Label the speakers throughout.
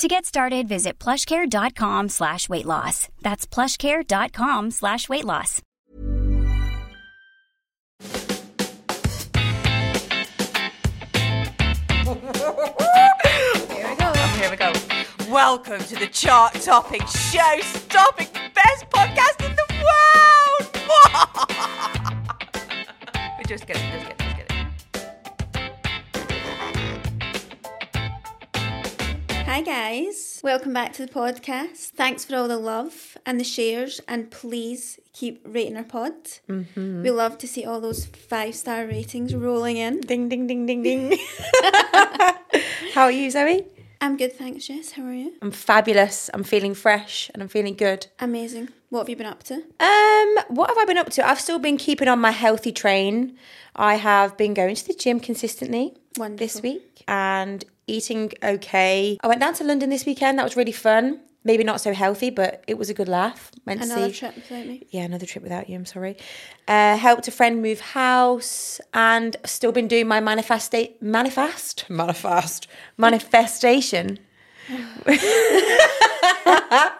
Speaker 1: To get started, visit plushcare.com slash weight loss. That's plushcare.com slash weight loss.
Speaker 2: Here we go. Oh, Here we go. Welcome to the chart topping, show stopping, best podcast in the world. we just get it, just get it, just get it.
Speaker 3: Hi, guys. Welcome back to the podcast. Thanks for all the love and the shares, and please keep rating our pod.
Speaker 4: Mm-hmm.
Speaker 3: We love to see all those five star ratings rolling in.
Speaker 4: Ding ding ding ding ding. How are you, Zoe?
Speaker 3: I'm good, thanks, Jess. How are you?
Speaker 4: I'm fabulous. I'm feeling fresh and I'm feeling good.
Speaker 3: Amazing. What have you been up to?
Speaker 4: Um, what have I been up to? I've still been keeping on my healthy train. I have been going to the gym consistently
Speaker 3: Wonderful.
Speaker 4: this week and eating okay. I went down to London this weekend. That was really fun. Maybe not so healthy, but it was a good laugh. Went to
Speaker 3: Another
Speaker 4: see-
Speaker 3: trip without me.
Speaker 4: yeah, another trip without you. I'm sorry. Uh, helped a friend move house, and still been doing my manifesta- manifest, manifest, manifestation.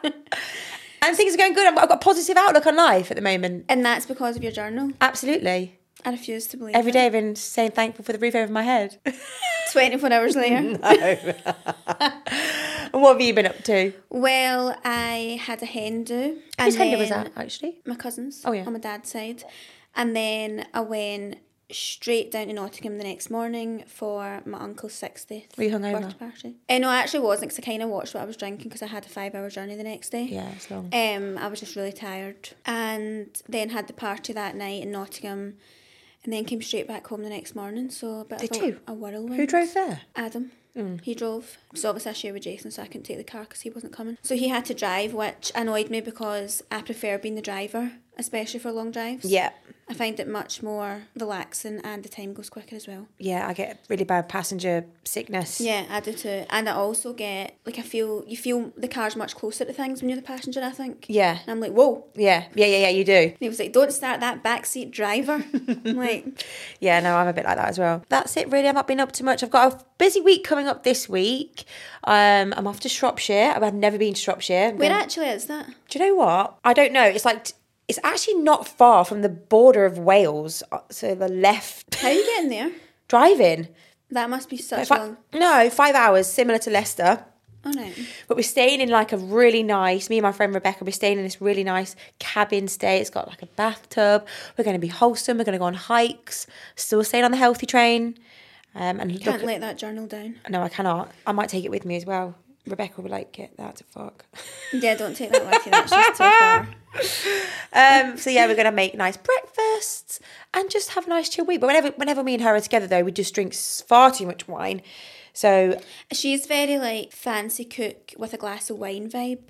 Speaker 4: and things are going good. I've I've got a positive outlook on life at the moment.
Speaker 3: And that's because of your journal.
Speaker 4: Absolutely.
Speaker 3: I refuse to believe
Speaker 4: Every
Speaker 3: it.
Speaker 4: day I've been saying thankful for the roof over my head.
Speaker 3: 24 hours later.
Speaker 4: And what have you been up to?
Speaker 3: Well, I had a hen do. and
Speaker 4: Whose hand was
Speaker 3: then-
Speaker 4: that actually?
Speaker 3: My cousins.
Speaker 4: Oh, yeah.
Speaker 3: On my dad's side. And then I went straight down to Nottingham the next morning for my uncle's 60th
Speaker 4: Were you hungover?
Speaker 3: birthday party. Eh, no, I actually wasn't because I kind of watched what I was drinking because I had a five hour journey the next day.
Speaker 4: Yeah, it's long.
Speaker 3: Um, I was just really tired. And then had the party that night in Nottingham and then came straight back home the next morning. So a bit
Speaker 4: Did
Speaker 3: of a,
Speaker 4: you?
Speaker 3: oh, a whirlwind.
Speaker 4: Who drove there?
Speaker 3: Adam. He drove. So obviously I share with Jason, so I couldn't take the car because he wasn't coming. So he had to drive, which annoyed me because I prefer being the driver, especially for long drives.
Speaker 4: Yeah.
Speaker 3: I find it much more relaxing and the time goes quicker as well.
Speaker 4: Yeah, I get really bad passenger sickness.
Speaker 3: Yeah, I do too. And I also get, like, I feel, you feel the car's much closer to things when you're the passenger, I think.
Speaker 4: Yeah.
Speaker 3: And I'm like, whoa. And
Speaker 4: Yeah. Yeah, yeah, yeah, you do.
Speaker 3: he was like, don't start that backseat driver. I'm like,
Speaker 4: Yeah, no, I'm a bit like that as well. That's it, really. I've not been up to much. I've got a busy week coming up this week. Um, I'm off to Shropshire. I've never been to Shropshire. I'm
Speaker 3: where
Speaker 4: going-
Speaker 3: actually is that?
Speaker 4: Do you know what? I don't know. It's like it's actually not far from the border of Wales, uh, so the left
Speaker 3: How are you getting there?
Speaker 4: driving.
Speaker 3: That must be such
Speaker 4: Fi-
Speaker 3: long.
Speaker 4: no, five hours, similar to Leicester.
Speaker 3: All right.
Speaker 4: But we're staying in like a really nice, me and my friend Rebecca, we're staying in this really nice cabin stay. It's got like a bathtub. We're going to be wholesome. We're going to go on hikes. Still staying on the healthy train. Um, and
Speaker 3: Can't
Speaker 4: look,
Speaker 3: let that journal down.
Speaker 4: no, I cannot. I might take it with me as well. Rebecca would like it. That's a fuck.
Speaker 3: Yeah, don't take that with you. That's just too far.
Speaker 4: Um, so yeah, we're gonna make nice breakfasts and just have a nice chill week. But whenever whenever me and her are together, though, we just drink s- far too much wine. So
Speaker 3: She's very like fancy cook with a glass of wine vibe.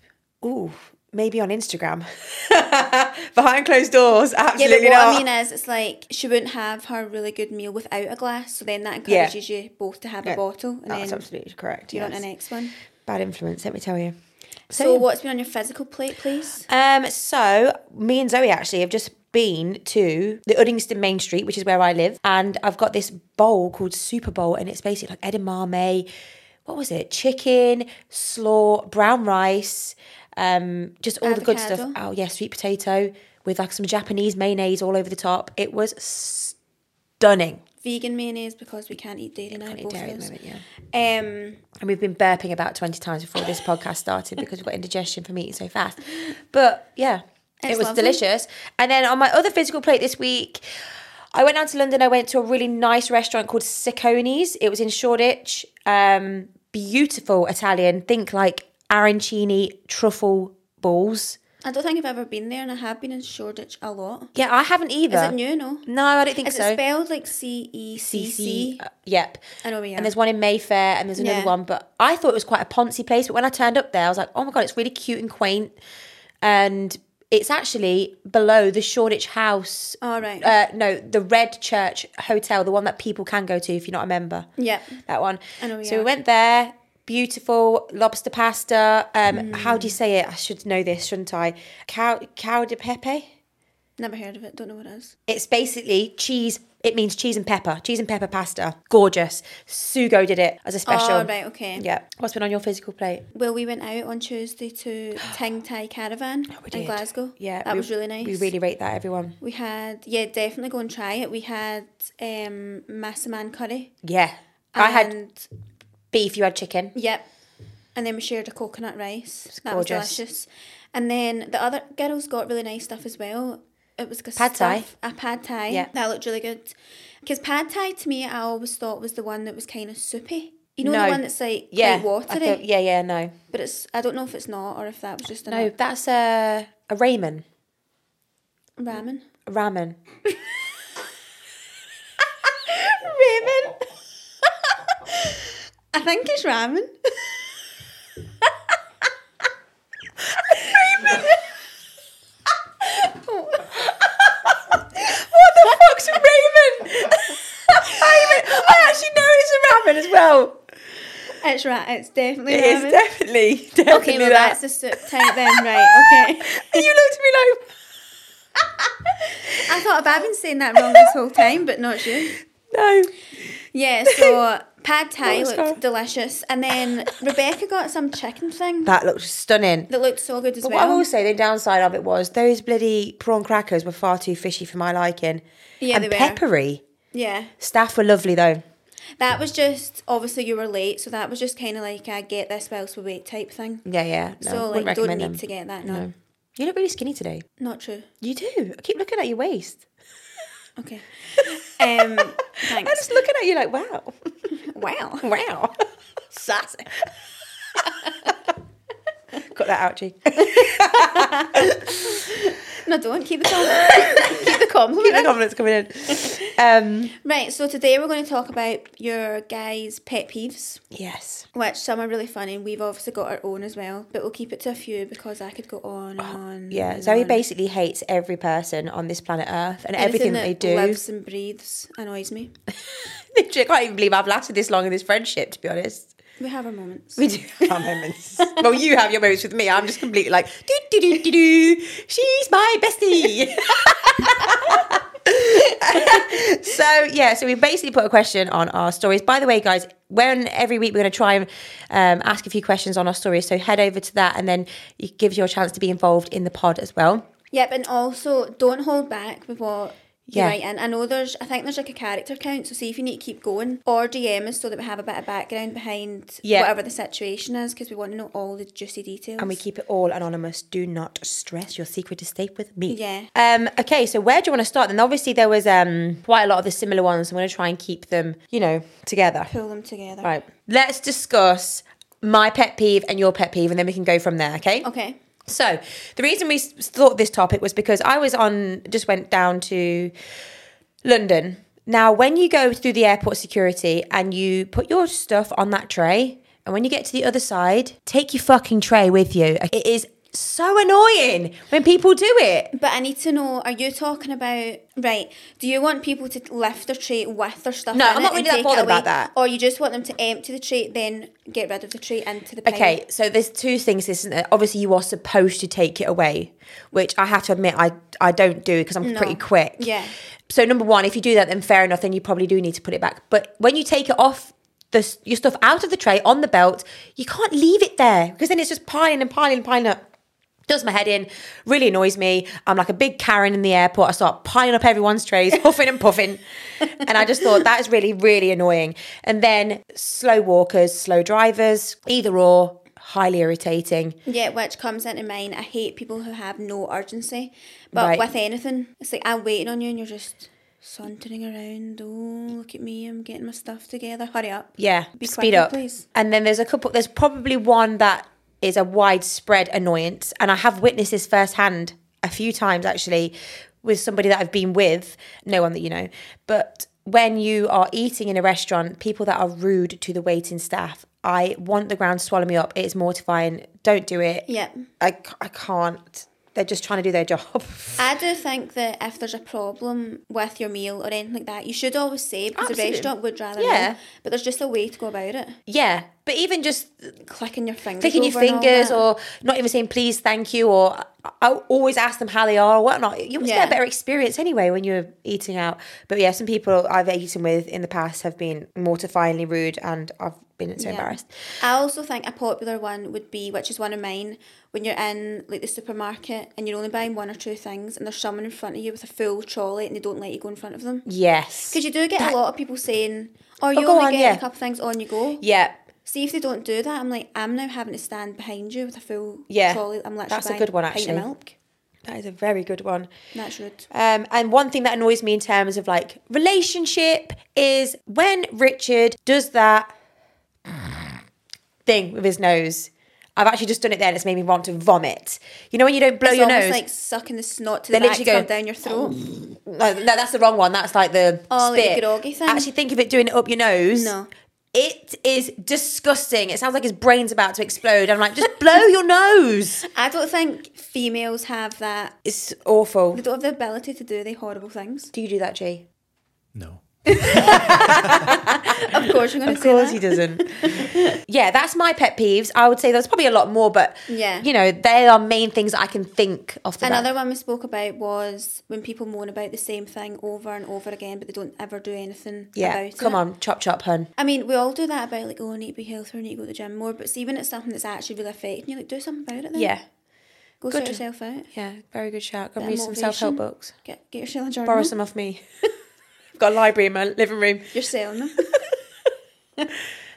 Speaker 4: ooh, maybe on Instagram behind closed doors.
Speaker 3: Yeah,
Speaker 4: Absolutely
Speaker 3: but what
Speaker 4: not.
Speaker 3: I mean uh, is, it's like she wouldn't have her really good meal without a glass. So then that
Speaker 4: Yeah.
Speaker 3: encourages you both to have
Speaker 4: Yeah,
Speaker 3: a bottle, and
Speaker 4: That's
Speaker 3: then
Speaker 4: absolutely correct.
Speaker 3: you
Speaker 4: yes.
Speaker 3: want the next one.
Speaker 4: Bad influence, let me tell you.
Speaker 3: So,
Speaker 4: yeah.
Speaker 3: what's been on your physical plate, please?
Speaker 4: Um, so me and Zoe actually have just been to the Uddingston Main Street, which is where I live, and I've got this bowl called Super Bowl, and it's basically like edamame, what was it? Chicken, slaw, brown rice, um, just all the good stuff.
Speaker 3: Avocado.
Speaker 4: Oh yeah, sweet potato with like some Japanese mayonnaise all over the top. It was stunning.
Speaker 3: Vegan mayonnaise because we can't eat dairy now.
Speaker 4: Can't eat
Speaker 3: both
Speaker 4: dairy
Speaker 3: of
Speaker 4: at the
Speaker 3: us.
Speaker 4: moment, yeah.
Speaker 3: Um,
Speaker 4: And we've been burping about 20 times before this podcast started because we've got indigestion from eating so fast. But yeah, it
Speaker 3: It's
Speaker 4: was
Speaker 3: lovely.
Speaker 4: delicious. And then on my other physical plate this week, I went down to London. I went to a really nice restaurant called Siccone's. It was in Shoreditch. Um, beautiful Italian. Think like arancini truffle balls.
Speaker 3: I don't think I've ever been there, and I have been in Shoreditch a lot.
Speaker 4: Yeah, I haven't either.
Speaker 3: Is it new? No.
Speaker 4: No, I don't think
Speaker 3: Is
Speaker 4: so.
Speaker 3: it spelled like C E C
Speaker 4: CC.
Speaker 3: C?
Speaker 4: Uh, yep.
Speaker 3: I know, yeah.
Speaker 4: And there's one in Mayfair and there's another
Speaker 3: Yeah.
Speaker 4: one, but I thought it was quite a poncy place. But when I turned up there, I was like, oh my God, it's really cute and quaint. And it's actually below the Shoreditch House.
Speaker 3: All Oh, right.
Speaker 4: Uh, no, the Red Church Hotel, the one that people can go to if you're not a member.
Speaker 3: Yeah.
Speaker 4: That one.
Speaker 3: I know,
Speaker 4: So
Speaker 3: yeah.
Speaker 4: we went there. Beautiful lobster pasta. Um,
Speaker 3: Mm.
Speaker 4: How do you say it? I should know this, shouldn't I? Cow, cow de pepe.
Speaker 3: Never heard of it. Don't know what it is.
Speaker 4: It's basically cheese. It means cheese and pepper, cheese and pepper pasta. Gorgeous. Sugo did it as a special.
Speaker 3: Oh, right, okay.
Speaker 4: Yeah. What's been on your physical plate?
Speaker 3: Well, we went out on Tuesday to Ting Tai Caravan in
Speaker 4: Oh, did.
Speaker 3: Glasgow.
Speaker 4: Yeah,
Speaker 3: That
Speaker 4: we-
Speaker 3: was really nice.
Speaker 4: We really rate that, everyone.
Speaker 3: We had, yeah, definitely go and try it. We had um, Massaman curry.
Speaker 4: Yeah. I had
Speaker 3: and-
Speaker 4: beef. You had chicken.
Speaker 3: Yep. And then we shared a coconut rice. that
Speaker 4: gorgeous.
Speaker 3: was delicious. And then the other girls got really nice stuff as well. It was like a
Speaker 4: Pad Thai.
Speaker 3: stuff- A pad thai.
Speaker 4: Yeah.
Speaker 3: That looked really good. Because pad thai to me, I always thought was the one that was kind of soupy. You know
Speaker 4: No.
Speaker 3: the one that's like
Speaker 4: Yeah.
Speaker 3: quite
Speaker 4: I
Speaker 3: watery,
Speaker 4: thought- yeah. Yeah. No.
Speaker 3: but it's I don't know if it's not or if that was just a
Speaker 4: No. That's a a ramen.
Speaker 3: ramen.
Speaker 4: A ramen. ramen.
Speaker 3: I think it's ramen.
Speaker 4: What the fuck's a ramen? I, even, I actually know it's a ramen as well.
Speaker 3: It's ra- It's definitely
Speaker 4: It
Speaker 3: ramen.
Speaker 4: is definitely, definitely
Speaker 3: okay, well
Speaker 4: that.
Speaker 3: that's the soup type then, right? Okay.
Speaker 4: And you looked at me like,
Speaker 3: I thought if I've been saying that wrong this whole time, but not you.
Speaker 4: no.
Speaker 3: Yeah, so pad thai
Speaker 4: Oh,
Speaker 3: looked
Speaker 4: sorry.
Speaker 3: delicious, and then Rebecca got some chicken thing that,
Speaker 4: That looked stunning.
Speaker 3: looked so good as
Speaker 4: But what I
Speaker 3: well.
Speaker 4: will say, the downside of it was those bloody prawn crackers were far too fishy for my liking.
Speaker 3: Yeah,
Speaker 4: and
Speaker 3: they were.
Speaker 4: peppery.
Speaker 3: yeah,
Speaker 4: Staff were lovely though.
Speaker 3: that was just obviously you were late, so that was just kind of like a get this whilst we wait type thing.
Speaker 4: Yeah, yeah. No,
Speaker 3: so
Speaker 4: wouldn't
Speaker 3: like, don't
Speaker 4: recommend
Speaker 3: need
Speaker 4: them.
Speaker 3: to get that. No,
Speaker 4: You look really skinny today.
Speaker 3: not true.
Speaker 4: You do. I keep looking at your waist.
Speaker 3: Okay. Um,
Speaker 4: I'm
Speaker 3: thanks.
Speaker 4: just looking at you like, wow,
Speaker 3: Wow.
Speaker 4: wow, sassy. Cut that out, G.
Speaker 3: No, don't keep the compliment. keep the compliment.
Speaker 4: Keep the comments coming in. Um,
Speaker 3: Right. So today we're going to talk about your guys' pet peeves.
Speaker 4: yes.
Speaker 3: Which some are really funny, and we've obviously got our own as well. But we'll keep it to a few because I could go on and on.
Speaker 4: Yeah,
Speaker 3: and
Speaker 4: Zoe
Speaker 3: on.
Speaker 4: basically hates every person on this planet Earth and everything that, they do.
Speaker 3: lives and breathes annoys me.
Speaker 4: Literally, I can't even believe I've lasted this long in this friendship, to be honest.
Speaker 3: We have our moments.
Speaker 4: We do have our moments. well, you have your moments with me. I'm just completely like, do, do, do, do, do. She's my bestie. so, yeah, so we basically put a question on our stories. By the way, guys, when every week we're going to try and um, ask a few questions on our stories. So head over to that and then it gives you a chance to be involved in the pod as well.
Speaker 3: Yep, and also don't hold back with what you
Speaker 4: Yeah.
Speaker 3: write in. I know there's, I think there's like a character count, so see if you need to keep going or DM us so that we have a bit of background behind
Speaker 4: Yeah.
Speaker 3: whatever the situation is because we want to know all the juicy details.
Speaker 4: And we keep it all anonymous. Do not stress. Your secret is safe with me.
Speaker 3: Yeah.
Speaker 4: Um, okay, so where do you want to start? Then obviously there was um quite a lot of the similar ones. I'm gonna try and keep them, you know, together.
Speaker 3: pull them together.
Speaker 4: Right. Let's discuss my pet peeve and your pet peeve, and then we can go from there, okay?
Speaker 3: Okay.
Speaker 4: So the reason we s- thought this topic was because I was on, just went down to London. Now, when you go through the airport security and you put your stuff on that tray, and when you get to the other side, take your fucking tray with you. It is so annoying when people do it.
Speaker 3: But I need to know: Are you talking about right? Do you want people to lift their tray with their stuff?
Speaker 4: No,
Speaker 3: in
Speaker 4: I'm
Speaker 3: it
Speaker 4: not
Speaker 3: and
Speaker 4: really that
Speaker 3: take it
Speaker 4: bothered
Speaker 3: away?
Speaker 4: about that.
Speaker 3: Or you just want them to empty the tray, then get rid of the tray into the pile?
Speaker 4: Okay, so there's two things, isn't there? Obviously, you are supposed to take it away, which I have to admit I I don't do because I'm pretty quick.
Speaker 3: Yeah.
Speaker 4: So number one, if you do that, then fair enough. Then you probably do need to put it back. But when you take it off. The, s- your stuff out of the tray on the belt, you can't leave it there because then it's just piling and piling and piling up. does my head in, really annoys me. I'm like a big Karen in the airport. I start piling up everyone's trays, huffing and puffing. And I just thought that is really, really annoying. And then slow walkers, slow drivers, either or, highly irritating.
Speaker 3: Yeah, which comes into mind. I hate people who have no urgency. But
Speaker 4: Right.
Speaker 3: with anything, it's like I'm waiting on you and you're just sauntering around. Oh, look at me, I'm getting my stuff together. Hurry up.
Speaker 4: Yeah,
Speaker 3: Be
Speaker 4: speed
Speaker 3: quicker,
Speaker 4: up.
Speaker 3: please.
Speaker 4: And then there's a couple, there's probably one that is a widespread annoyance. And I have witnessed this firsthand a few times actually with somebody that I've been with, no one that you know. But when you are eating in a restaurant, people that are rude to the waiting staff, I want the ground to swallow me up. It is mortifying. Don't do it.
Speaker 3: Yeah.
Speaker 4: I, c- I can't. They're just trying to do their job.
Speaker 3: I do think that if there's a problem with your meal or anything like that, you should always say because
Speaker 4: Absolutely.
Speaker 3: the restaurant would rather
Speaker 4: Yeah.
Speaker 3: know. But there's just a way to go about it.
Speaker 4: yeah. But even just
Speaker 3: Clicking your fingers.
Speaker 4: clicking your
Speaker 3: over and all
Speaker 4: fingers
Speaker 3: that.
Speaker 4: or not even saying please, thank you, or I- I always ask them how they are or whatnot. You always get
Speaker 3: Yeah.
Speaker 4: a better experience anyway when you're eating out. But yeah, some people I've eaten with in the past have been mortifyingly rude and I've been so
Speaker 3: Yeah.
Speaker 4: embarrassed.
Speaker 3: I also think a popular one would be, which is one of mine, when you're in like the supermarket and you're only buying one or two things, and there's someone in front of you with a full trolley, and they don't let you go in front of them.
Speaker 4: Yes.
Speaker 3: Because you do get a lot of people saying, "Oh, you
Speaker 4: go
Speaker 3: only
Speaker 4: on,
Speaker 3: get
Speaker 4: yeah.
Speaker 3: a couple of things on you go."
Speaker 4: yeah.
Speaker 3: See if they don't do that, I'm like, I'm now having to stand behind you with a full
Speaker 4: Yeah.
Speaker 3: trolley. I'm literally
Speaker 4: That's a
Speaker 3: buying
Speaker 4: good one,
Speaker 3: a pint of
Speaker 4: actually.
Speaker 3: milk.
Speaker 4: That is a very good one.
Speaker 3: And That's rude.
Speaker 4: Um, and one thing that annoys me in terms of like relationship is when Richard does that thing with his nose. I've actually just done it there and it's made me want to vomit. You know when you don't blow
Speaker 3: it's
Speaker 4: your
Speaker 3: almost
Speaker 4: nose?
Speaker 3: like sucking the snot to
Speaker 4: They
Speaker 3: the back to
Speaker 4: literally
Speaker 3: come
Speaker 4: go, Oh.
Speaker 3: down your throat.
Speaker 4: No, no, that's the wrong one. That's like the
Speaker 3: Oh, like the
Speaker 4: spit.
Speaker 3: groggy thing?
Speaker 4: Actually, think of it doing it up your nose.
Speaker 3: No.
Speaker 4: It is disgusting. It sounds like his brain's about to explode. I'm like, just blow your nose.
Speaker 3: I don't think females have that.
Speaker 4: It's awful.
Speaker 3: They don't have the ability to do the horrible things.
Speaker 4: Do you do that, G?
Speaker 5: No.
Speaker 3: Of course, you're going to
Speaker 4: Of
Speaker 3: say
Speaker 4: course
Speaker 3: that.
Speaker 4: he doesn't. yeah, that's my pet peeves. I would say there's probably a lot more, but
Speaker 3: Yeah.
Speaker 4: you know, they are main things I can think of. The bat.
Speaker 3: Another one we spoke about was when people moan about the same thing over and over again, but they don't ever do anything
Speaker 4: Yeah,
Speaker 3: about
Speaker 4: come
Speaker 3: it.
Speaker 4: on, chop chop, hun.
Speaker 3: I mean, we all do that about like, oh, I need to be healthier, I need to go to the gym more. But see, when it's something that's actually really affecting you, like, do something about it then.
Speaker 4: Yeah,
Speaker 3: Go
Speaker 4: good.
Speaker 3: sort yourself out.
Speaker 4: yeah, very good shout. Go
Speaker 3: Bit
Speaker 4: and
Speaker 3: of
Speaker 4: read some self help
Speaker 3: motivation. Mm-hmm.
Speaker 4: books.
Speaker 3: Get, get yourself a journal.
Speaker 4: Borrow some off me. Got a library in my living room.
Speaker 3: You're selling them.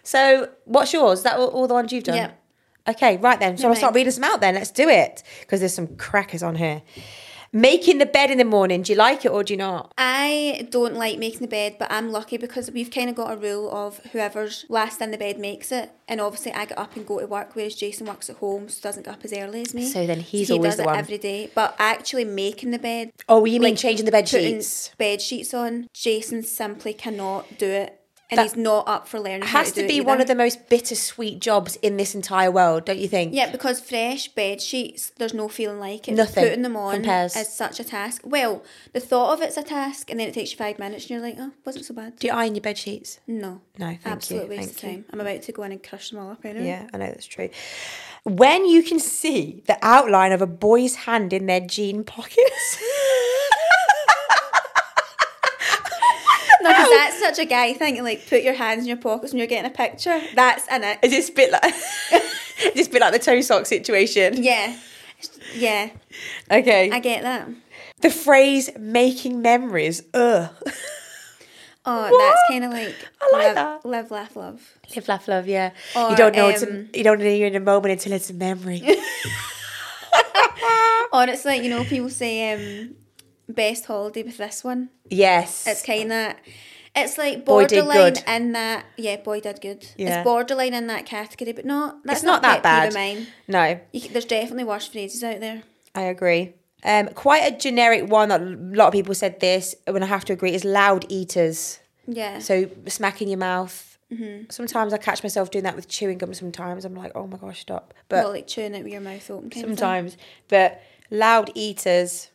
Speaker 4: So, what's yours? Is that all, all the ones you've done?
Speaker 3: Yep.
Speaker 4: Okay, right then. So, I'll
Speaker 3: Right.
Speaker 4: start reading some out then. Let's do it because there's some crackers on here. Making the bed in the morning. Do you like it or do you not?
Speaker 3: Uh, I don't like making the bed, but I'm lucky because we've kind of got a rule of whoever's last in the bed makes it. And obviously, I get up and go to work, whereas Jason works at home, so doesn't get up as early as me.
Speaker 4: So then he's
Speaker 3: he
Speaker 4: always
Speaker 3: does
Speaker 4: the
Speaker 3: it
Speaker 4: one.
Speaker 3: every day. But actually, making the bed,
Speaker 4: Oh, you mean
Speaker 3: like,
Speaker 4: changing the bed
Speaker 3: putting
Speaker 4: sheets?
Speaker 3: bed sheets on. Jason simply cannot do it, and
Speaker 4: That
Speaker 3: he's not up for learning. how
Speaker 4: Has
Speaker 3: do
Speaker 4: to
Speaker 3: it
Speaker 4: be one
Speaker 3: either.
Speaker 4: of the most bittersweet jobs in this entire world, don't you think?
Speaker 3: Yeah, because fresh bed sheets, there's no feeling like it.
Speaker 4: Nothing
Speaker 3: Putting them on
Speaker 4: compares.
Speaker 3: is such a task. Well, the thought of it's a task, and then it takes you five minutes, and you're like, oh, wasn't so bad.
Speaker 4: Do you iron your bed sheets?
Speaker 3: No,
Speaker 4: No, thank you,
Speaker 3: absolute waste
Speaker 4: thank
Speaker 3: of
Speaker 4: you.
Speaker 3: time. I'm about to go in and crush them all up anyway.
Speaker 4: Yeah, I know that's true. When you can see the outline of a boy's hand in their jean pockets.
Speaker 3: No, because that's such a guy thing. Like, put your hands in your pockets when you're getting a picture. That's in it.
Speaker 4: Is this a bit like is this a bit like the toe sock situation?
Speaker 3: Yeah, yeah,
Speaker 4: Okay.
Speaker 3: I get that.
Speaker 4: The phrase making memories, ugh.
Speaker 3: Oh,
Speaker 4: What?
Speaker 3: that's kind of like
Speaker 4: I like
Speaker 3: live,
Speaker 4: that.
Speaker 3: live, laugh, love.
Speaker 4: Live, laugh, love, yeah. you
Speaker 3: Or,
Speaker 4: don't know it's a,
Speaker 3: um,
Speaker 4: you don't know you're in a moment until it's a memory.
Speaker 3: Or it's like you know people say um, best holiday with this one.
Speaker 4: yes.
Speaker 3: It's kind of. It's like
Speaker 4: Boy did
Speaker 3: borderline
Speaker 4: good.
Speaker 3: in that. Yeah, boy did good.
Speaker 4: Yeah.
Speaker 3: It's borderline in that category, but not. That's
Speaker 4: It's not that
Speaker 3: a pet peeve of
Speaker 4: bad.
Speaker 3: Mine.
Speaker 4: No,
Speaker 3: You, c- there's definitely worse phrases out there.
Speaker 4: I agree. Um, quite a generic one that a lot of people said this, when I have to agree, is loud eaters.
Speaker 3: Yeah.
Speaker 4: So smack in your mouth,
Speaker 3: Mm-hmm.
Speaker 4: Sometimes I catch myself doing that with chewing gum. Sometimes I'm like, oh my gosh, stop. But
Speaker 3: Well, like chewing it with your mouth open. kind of thing.
Speaker 4: sometimes, but loud eaters.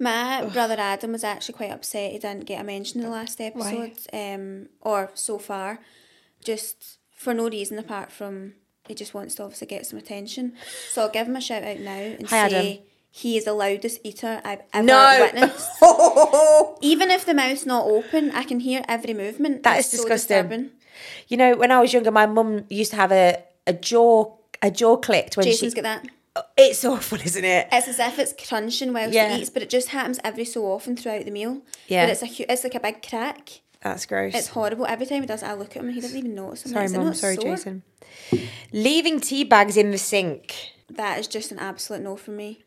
Speaker 3: My brother Adam was actually quite upset he didn't get a mention in the last episode, um, or so far, just for no reason apart from he just wants to obviously get some attention. So I'll give him a shout out now and
Speaker 4: Hi,
Speaker 3: say
Speaker 4: Adam.
Speaker 3: he is the loudest eater I've ever
Speaker 4: No.
Speaker 3: witnessed. Even if the mouth's not open, I can hear every movement.
Speaker 4: That
Speaker 3: It's
Speaker 4: is
Speaker 3: so
Speaker 4: disgusting.
Speaker 3: disturbing.
Speaker 4: You know, when I was younger, my mum used to have a, a jaw a jaw clicked when
Speaker 3: Jason's
Speaker 4: she.
Speaker 3: got that. Eh,
Speaker 4: It's awful, isn't it?
Speaker 3: It's as if it's crunching whilst
Speaker 4: Yeah.
Speaker 3: he eats, but it just happens every so often throughout the meal.
Speaker 4: Yeah.
Speaker 3: But it's a hu- it's like a big crack.
Speaker 4: That's gross.
Speaker 3: It's horrible. Every time he does, it, I look at him and he doesn't even notice. I'm
Speaker 4: sorry,
Speaker 3: like, "Is it
Speaker 4: mum.
Speaker 3: not
Speaker 4: Sorry,
Speaker 3: sore?"
Speaker 4: Jason. Leaving tea bags in the sink.
Speaker 3: That is just an absolute no for me.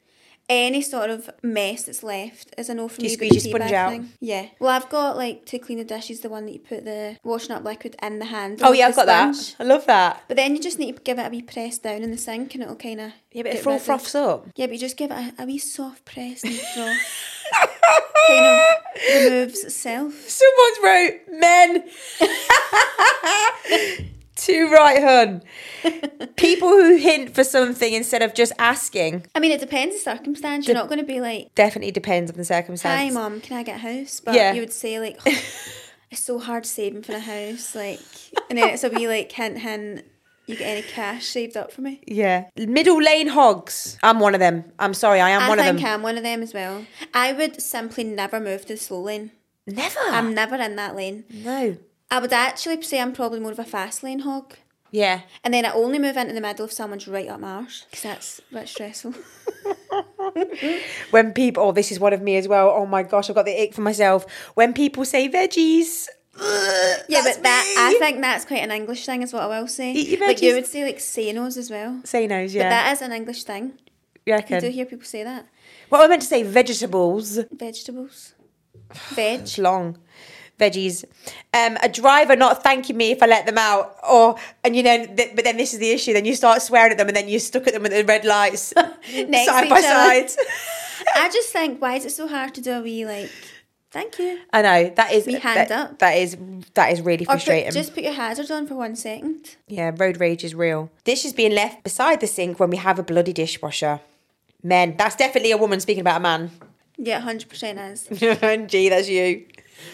Speaker 3: Any sort of mess that's left is a no for
Speaker 4: Do you
Speaker 3: me. but
Speaker 4: squeeze your
Speaker 3: tea
Speaker 4: sponge
Speaker 3: bag
Speaker 4: out?
Speaker 3: Yeah. Well, I've got like to clean the dishes, the one that you put the washing up liquid in the hand.
Speaker 4: Oh yeah, I've got that. I love that.
Speaker 3: But then you just need to give it a wee press down in the sink and it'll kind of.
Speaker 4: Yeah, but it all froths up.
Speaker 3: Yeah, but you just give it a, a wee soft press and froth. kind of removes itself.
Speaker 4: Someone's wrote men. Too right, hun. People who hint for something instead of just asking
Speaker 3: I mean, it depends the circumstance. You're not going to be like,
Speaker 4: definitely depends on the circumstance.
Speaker 3: Hi, mom. Can I get a house? But
Speaker 4: Yeah.
Speaker 3: you would say like, "Oh, it's so hard saving for a house. Like, and then it's a wee like hint, hint. You get any cash saved up for me?
Speaker 4: Yeah, middle lane hogs. I'm one of them. I'm sorry, I am
Speaker 3: I
Speaker 4: one
Speaker 3: think
Speaker 4: of them.
Speaker 3: I'm one of them as well. I would simply never move to the slow lane.
Speaker 4: Never.
Speaker 3: I'm never in that lane.
Speaker 4: no.
Speaker 3: I would actually say I'm probably more of a fast lane hog.
Speaker 4: Yeah.
Speaker 3: And then I only move into the middle if someone's right up my arse, because that's a bit stressful.
Speaker 4: When people, oh, this is one of me as well. Oh my gosh, I've got the ick for myself. When people say veggies. Ugh,
Speaker 3: yeah,
Speaker 4: that's
Speaker 3: but that
Speaker 4: me.
Speaker 3: I think that's quite an English thing, is what I will say.
Speaker 4: Eat your
Speaker 3: like you
Speaker 4: veggies.
Speaker 3: would say like senos as well.
Speaker 4: say no's.
Speaker 3: But
Speaker 4: Yeah.
Speaker 3: that is an English thing. You
Speaker 4: you
Speaker 3: do
Speaker 4: reckon?
Speaker 3: hear people say that.
Speaker 4: What I meant to say, vegetables.
Speaker 3: Vegetables. Veg.
Speaker 4: It's long. Veggies. Um, a driver not thanking me if I let them out, or and you know, th- but then this is the issue. Then you start swearing at them, and then you stuck at them at the red lights,
Speaker 3: Next to
Speaker 4: side
Speaker 3: each
Speaker 4: by
Speaker 3: other.
Speaker 4: side.
Speaker 3: I just think, why is it so hard to do a wee, like, thank you?
Speaker 4: I know that is
Speaker 3: Me hand
Speaker 4: that,
Speaker 3: up.
Speaker 4: that is that is really
Speaker 3: Or put,
Speaker 4: frustrating.
Speaker 3: just put your hazards on for one second.
Speaker 4: yeah, road rage is real. Dishes being left beside the sink when we have a bloody dishwasher. Men, that's definitely a woman speaking about a man.
Speaker 3: Yeah, 100% is.
Speaker 4: Gee, that's you.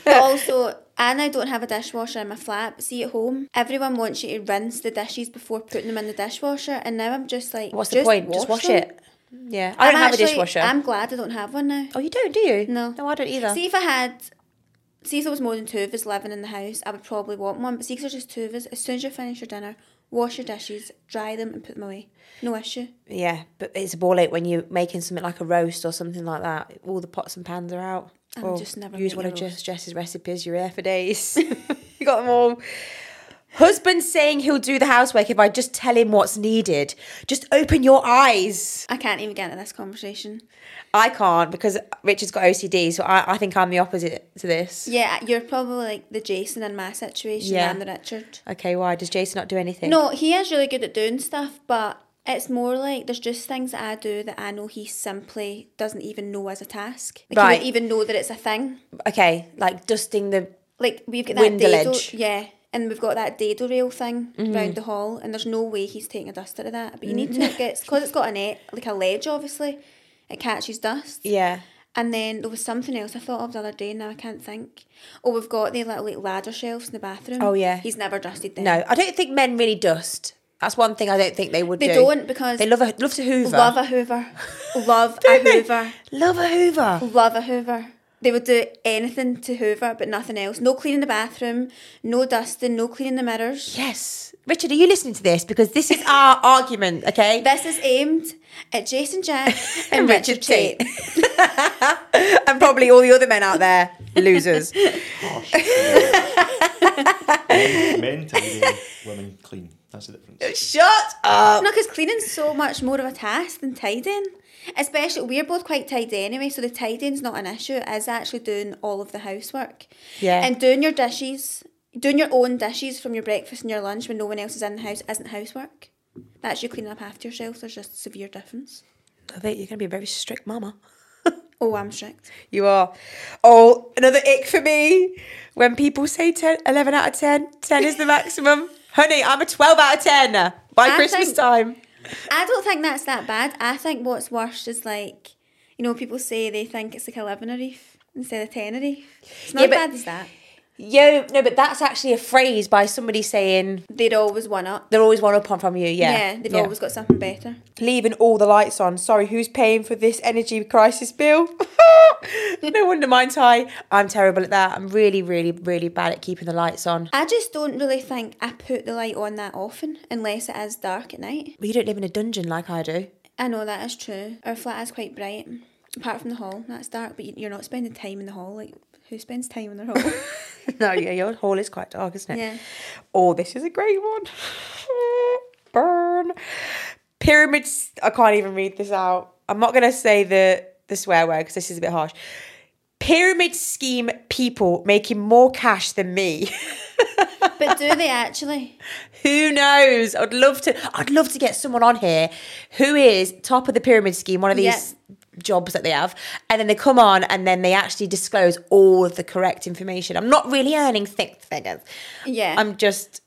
Speaker 3: But also, I now don't have a dishwasher in my flat, but see at home, everyone wants you to rinse the dishes before putting them in the dishwasher, and now I'm just like,
Speaker 4: What's
Speaker 3: just
Speaker 4: the point? just wash
Speaker 3: them.
Speaker 4: it. Yeah, I don't
Speaker 3: I'm
Speaker 4: have
Speaker 3: actually-
Speaker 4: a dishwasher.
Speaker 3: I'm glad I don't have one now.
Speaker 4: oh, you don't, do you?
Speaker 3: No.
Speaker 4: no, I don't either.
Speaker 3: See if I had. See if there was more than two of us living in the house, I would probably want one. But see, 'cause there's just two of us, as soon as you finish your dinner, wash your dishes, dry them, and put them away. No issue.
Speaker 4: Yeah, but it's a ball ache when you're making something like a roast or something like that. All the pots and pans are out.
Speaker 3: I'm just never
Speaker 4: use
Speaker 3: making
Speaker 4: one
Speaker 3: a
Speaker 4: of Jess-
Speaker 3: roast.
Speaker 4: Jess's recipes. You're there for days. you got them all. Husband saying he'll do the housework if I just tell him what's needed. Just open your eyes.
Speaker 3: I can't even get into this conversation.
Speaker 4: I can't because Richard's got OCD, so I, I think I'm the opposite to this.
Speaker 3: Yeah, you're probably like the Jason in my situation.
Speaker 4: Yeah.
Speaker 3: I'm the Richard.
Speaker 4: Okay, why does Jason not do anything?
Speaker 3: No, he is really good at doing stuff, but it's more like there's just things that I do that I know he simply doesn't even know as a task. Like He
Speaker 4: Right.
Speaker 3: won't even know that it's a thing.
Speaker 4: Okay, like dusting the.
Speaker 3: Like we've got that dado,
Speaker 4: Windledge.
Speaker 3: yeah, and we've got that dado rail thing round the hall, and there's no way he's taking a duster to that. But you need to get because it's got a net, like a ledge, obviously. It catches dust,
Speaker 4: Yeah.
Speaker 3: and then there was something else I thought of the other day. and Now I can't think. Oh, we've got the little like ladder shelves in the bathroom.
Speaker 4: Oh, yeah.
Speaker 3: he's never dusted them.
Speaker 4: No, I don't think men really dust. That's one thing I don't think they would
Speaker 3: They
Speaker 4: do.
Speaker 3: don't because
Speaker 4: They love a, love to hoover.
Speaker 3: love a Hoover, love a Hoover,
Speaker 4: Love a Hoover.
Speaker 3: love a Hoover. They would do anything to Hoover, but nothing else. No cleaning the bathroom, no dusting, no cleaning the mirrors.
Speaker 4: Yes. Richard, are you listening to this? Because this is our argument, okay?
Speaker 3: This is aimed at Jason Jack and Richard Tate.
Speaker 4: and probably all the other men out there, losers.
Speaker 5: men, men tidy, women clean. That's the difference.
Speaker 4: Shut up.
Speaker 3: No, because cleaning's so much more of a task than tidying. Especially, we're both quite tidy anyway, so the tidying's not an issue. It is actually doing all of the housework.
Speaker 4: Yeah.
Speaker 3: And doing your dishes, doing your own dishes from your breakfast and your lunch when no one else is in the house isn't housework. That's you cleaning up after yourself. There's just a severe difference.
Speaker 4: I think you're going to be a very strict mama.
Speaker 3: Oh, I'm strict.
Speaker 4: You are. Oh, another ick for me. When people say 10, 11 out of 10, 10 is the maximum. Honey, I'm a 12 out of 10 by
Speaker 3: I
Speaker 4: Christmas
Speaker 3: think-
Speaker 4: time.
Speaker 3: I don't think that's that bad. I think what's worse is like, you know, people say they think it's like a Lebanese instead of Tenerife. It's not as
Speaker 4: Yeah, but-
Speaker 3: bad as that.
Speaker 4: Yo, no, but that's actually a phrase by somebody saying
Speaker 3: They're always one up.
Speaker 4: they're always one up on from you. Yeah.
Speaker 3: Yeah, they've always got something better.
Speaker 4: Leaving all the lights on. Sorry, who's paying for this energy crisis bill? no wonder mine's high. I'm terrible at that. I'm really, really, really bad at keeping the lights on.
Speaker 3: I just don't really think I put the light on that often unless it is dark at night.
Speaker 4: But you don't live in a dungeon like I do.
Speaker 3: I know that is true. Our flat is quite bright, apart from the hall. That's dark, but you- you're not spending time in the hall. Like, who spends time in their hall?
Speaker 4: no, yeah, your hall is quite dark, isn't it?
Speaker 3: Yeah.
Speaker 4: Oh, this is a great one. Burn. Pyramids. I can't even read this out. I'm not going to say the, the swear word because this is a bit harsh. Pyramid scheme people making more cash than me.
Speaker 3: but do they actually?
Speaker 4: Who knows? I'd love to. I'd love to get someone on here who is top of the pyramid scheme, one of these jobs that they have, and then they come on and then they actually disclose all of the correct information. I'm not really earning six figures.
Speaker 3: Yeah.
Speaker 4: I'm just.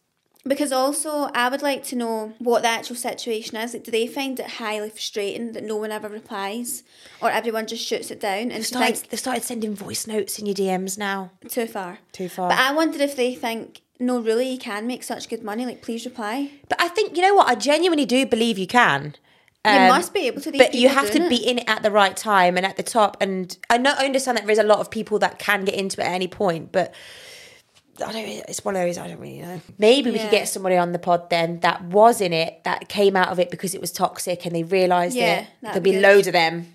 Speaker 3: Because also, I would like to know what the actual situation is. Like, do they find it highly frustrating that no one ever replies, or everyone just shoots it down and
Speaker 4: They
Speaker 3: just
Speaker 4: started,
Speaker 3: thinks
Speaker 4: they started sending voice notes in your DMs now.
Speaker 3: too far?
Speaker 4: Too far.
Speaker 3: But I wonder if they think, no, really, you can make such good money. Like, please reply.
Speaker 4: But I think you know what? I genuinely do believe you can.
Speaker 3: You
Speaker 4: Um,
Speaker 3: must be able to. These
Speaker 4: but you
Speaker 3: people
Speaker 4: have to
Speaker 3: doing
Speaker 4: be
Speaker 3: it.
Speaker 4: in it at the right time and at the top. And I know I understand that there is a lot of people that can get into it at any point, but I don't. It's one of those I don't really know. Maybe we could
Speaker 3: Yeah.
Speaker 4: get somebody on the pod then that was in it that came out of it because it was toxic and they realised
Speaker 3: Yeah,
Speaker 4: it.
Speaker 3: that'd
Speaker 4: There'll
Speaker 3: be
Speaker 4: be
Speaker 3: good.
Speaker 4: loads of them.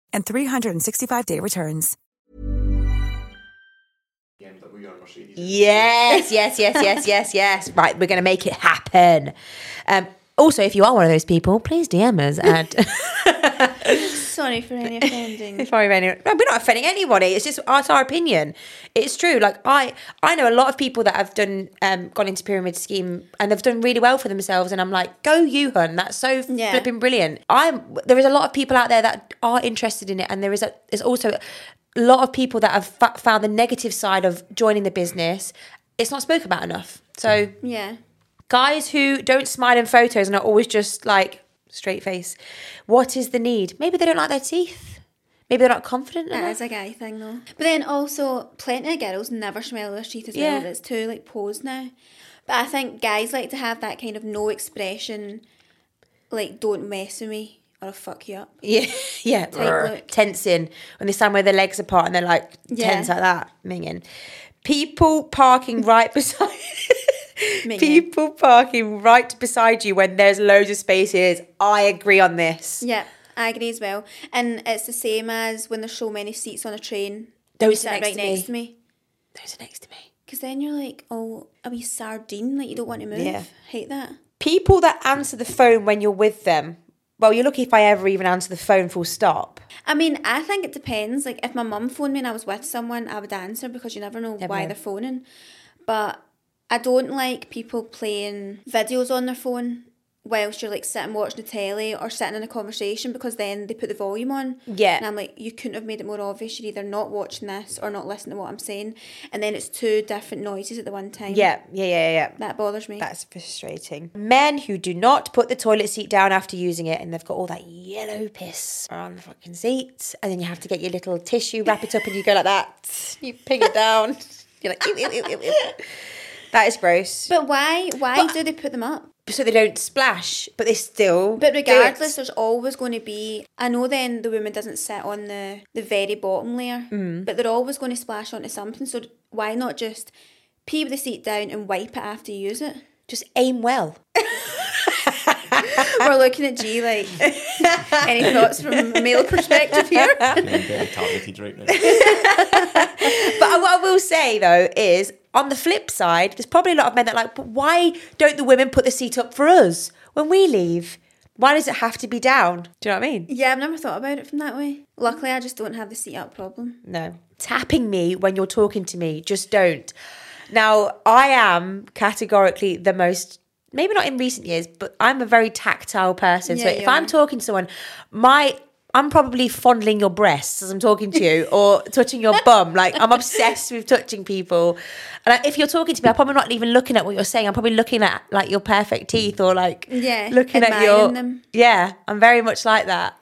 Speaker 6: and 365-day returns.
Speaker 4: Yes, yes, yes, yes, yes, yes. Right, we're going to make it happen. Um, also, if you are one of those people, please DM us and.
Speaker 3: Sorry for any offending.
Speaker 4: Sorry, Rainier. No, we're not offending anybody. It's just that's our opinion. It's true. Like I, I know a lot of people that have done, um, gone into pyramid scheme and they've done really well for themselves. And I'm like, go you, hun. That's so
Speaker 3: Yeah.
Speaker 4: flipping brilliant. I'm. There is a lot of people out there that are interested in it, and there is a. There's also a lot of people that have fa- found the negative side of joining the business. It's not spoken about enough. So
Speaker 3: yeah.
Speaker 4: guys who don't smile in photos and are always just like straight face. What is the need? Maybe they don't like their teeth. Maybe they're not confident
Speaker 3: That
Speaker 4: enough.
Speaker 3: is a guy thing though. But then also, plenty of girls never smell their teeth as
Speaker 4: Yeah.
Speaker 3: well. It's too like posed now. But I think guys like to have that kind of no expression, like don't mess with me or I'll fuck you up.
Speaker 4: yeah, yeah. Brr.
Speaker 3: look.
Speaker 4: Tensing when they stand with their legs apart and they're like
Speaker 3: Yeah.
Speaker 4: tense like that, minging. People parking right beside
Speaker 3: Minging.
Speaker 4: people parking right beside you when there's loads of spaces. I agree on this.
Speaker 3: Yeah, I agree as well. And it's the same as when there's so many seats on a train.
Speaker 4: Don't
Speaker 3: you
Speaker 4: sit
Speaker 3: right
Speaker 4: next to me.
Speaker 3: next to me.
Speaker 4: Those are next to me.
Speaker 3: Because then you're like, oh, a wee sardine, like you don't want to move.
Speaker 4: Yeah.
Speaker 3: Hate that.
Speaker 4: People that answer the phone when you're with them Well, you're lucky if I ever even answer the phone full stop.
Speaker 3: I mean, I think it depends. Like, if my mum phoned me and I was with someone, I would answer because you never know
Speaker 4: Never
Speaker 3: why
Speaker 4: know.
Speaker 3: they're phoning. But I don't like people playing videos on their phone whilst you're like sitting watching the telly or sitting in a conversation because then they put the volume on.
Speaker 4: Yeah.
Speaker 3: And I'm like, you couldn't have made it more obvious. You're either not watching this or not listening to what I'm saying. And then it's two different noises at the one time.
Speaker 4: Yeah, yeah, yeah, yeah.
Speaker 3: That bothers me.
Speaker 4: That's frustrating. Men who do not put the toilet seat down after using it and they've got all that yellow piss on the fucking seat, and then you have to get your little tissue, wrap it up, and you go like that. You ping it down. You're like, ew, ew, ew, ew, ew. That is gross.
Speaker 3: but why? Why do they put them up?
Speaker 4: so they don't splash, but they still.
Speaker 3: But
Speaker 4: do it.
Speaker 3: regardless, there's always going to be. I know then the woman doesn't sit on the the very bottom layer, but they're always going to splash onto something. So why not just pee with the seat down and wipe it after you use it?
Speaker 4: just aim well.
Speaker 3: We're looking at G like any thoughts from a male perspective here?
Speaker 5: I'm very targeted right now.
Speaker 4: But what I will say though is, on the flip side, there's probably a lot of men that are like, but why don't the women put the seat up for us when we leave? Why does it have to be down? Do you know what I mean?
Speaker 3: Yeah, I've never thought about it from that way. Luckily, I just don't have the seat up problem.
Speaker 4: No. Tapping me when you're talking to me, just don't. Now, I am categorically the most, maybe not in recent years, but I'm a very tactile person. so
Speaker 3: Yeah,
Speaker 4: if
Speaker 3: you
Speaker 4: I'm
Speaker 3: are.
Speaker 4: talking to someone, my. I'm probably fondling your breasts as I'm talking to you or touching your bum. Like, I'm obsessed with touching people. And I, if you're talking to me, I'm probably not even looking at what you're saying. I'm probably looking at like your perfect teeth or like
Speaker 3: Yeah,
Speaker 4: looking at
Speaker 3: admiring
Speaker 4: your.
Speaker 3: them.
Speaker 4: Yeah, I'm very much like that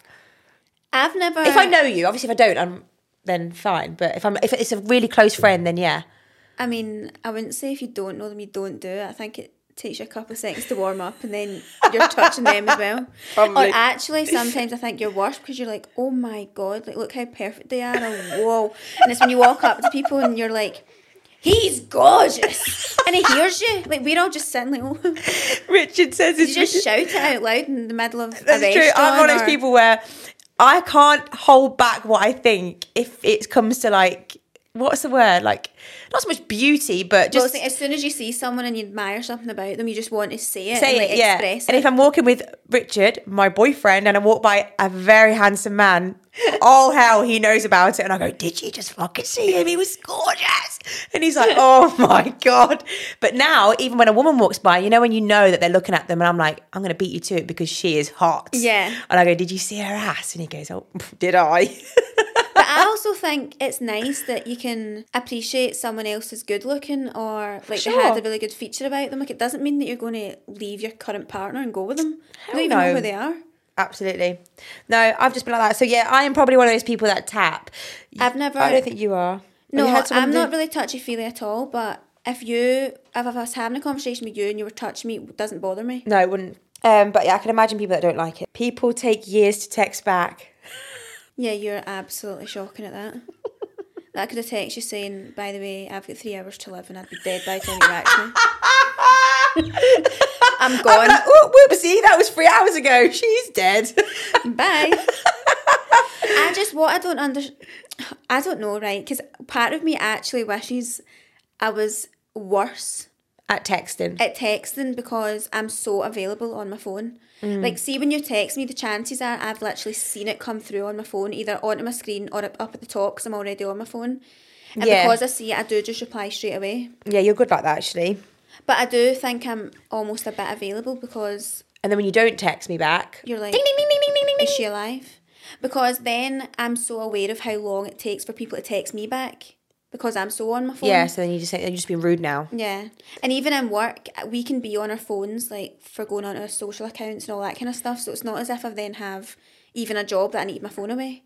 Speaker 3: I've never.
Speaker 4: if I know you, obviously if I don't, I'm then fine. But if I'm if it's a really close friend, then yeah.
Speaker 3: I mean, I wouldn't say if you don't know them, you don't do it. I think it takes you a couple of seconds to warm up and then you're touching them as well. Or actually, sometimes I think you're worse because you're like, oh my God, like look how perfect they are. Oh, whoa. And it's when you walk up to people and you're like, he's gorgeous. And he hears you. Like, we're all just sitting like, oh.
Speaker 4: Richard says
Speaker 3: You just shout it out loud in the middle of a
Speaker 4: That's true.
Speaker 3: restaurant
Speaker 4: I'm one of
Speaker 3: or-
Speaker 4: those people where I can't hold back what I think if it comes to like what's the word like not so much beauty, but
Speaker 3: Well,
Speaker 4: just.
Speaker 3: it's like, as soon as you see someone and you admire something about them, you just want to say it.
Speaker 4: Say
Speaker 3: and, like,
Speaker 4: it, yeah.
Speaker 3: Express
Speaker 4: And
Speaker 3: it.
Speaker 4: if I'm walking with Richard, my boyfriend, and I walk by a very handsome man, all hell, he knows about it. And I go, Did you just fucking see him? He was gorgeous. And he's like, Oh my God. But now, even when a woman walks by, you know, when you know that they're looking at them, and I'm like, I'm going to beat you to it because she is hot.
Speaker 3: Yeah.
Speaker 4: And I go, Did you see her ass? And he goes, Oh, did I?
Speaker 3: but I also think it's nice that you can appreciate someone else as good looking or like they had
Speaker 4: Sure.
Speaker 3: a really good feature about them. Like it doesn't mean that you're going to leave your current partner and go with them. You
Speaker 4: Hell
Speaker 3: don't even know
Speaker 4: no.
Speaker 3: who they are.
Speaker 4: Absolutely. No, I've just been like that. So yeah, I am probably one of those people that tap.
Speaker 3: I've never.
Speaker 4: I don't think you are. Have you
Speaker 3: No,
Speaker 4: had someone
Speaker 3: I'm
Speaker 4: do-
Speaker 3: not really touchy feely at all. But if you, if I was having a conversation with you and you were touching me, it doesn't bother me.
Speaker 4: No, it wouldn't. Um, but yeah, I can imagine people that don't like it. People take years to text back.
Speaker 3: Yeah, you're absolutely shocking at that. That could have text you saying, by the way, I've got three hours to live and I'd be dead by the time you back to me. I'm
Speaker 4: I'm
Speaker 3: gone.
Speaker 4: like, oh, whoopsie, that was three hours ago. She's dead.
Speaker 3: Bye. I just what I don't under, I don't know, right? Because part of me actually wishes I was worse
Speaker 4: At texting.
Speaker 3: at texting because I'm so available on my phone. Like, see, when you text me, the chances are I've literally seen it come through on my phone, either onto my screen or up up at the top because I'm already on my phone. And
Speaker 4: Yeah.
Speaker 3: because I see it, I do just reply straight away.
Speaker 4: Yeah, you're good like that, actually.
Speaker 3: But I do think I'm almost a bit available because
Speaker 4: And then when you don't text me back,
Speaker 3: You're like,
Speaker 4: ding, ding, ding, ding, ding, ding, ding.
Speaker 3: is she alive? Because then I'm so aware of how long it takes for people to text me back because I'm so on my phone.
Speaker 4: Yeah, so then you just say, you're just being rude now.
Speaker 3: Yeah. And even in work, we can be on our phones, like for going on our social accounts and all that kind of stuff. So it's not as if I then have even a job that I need my phone away.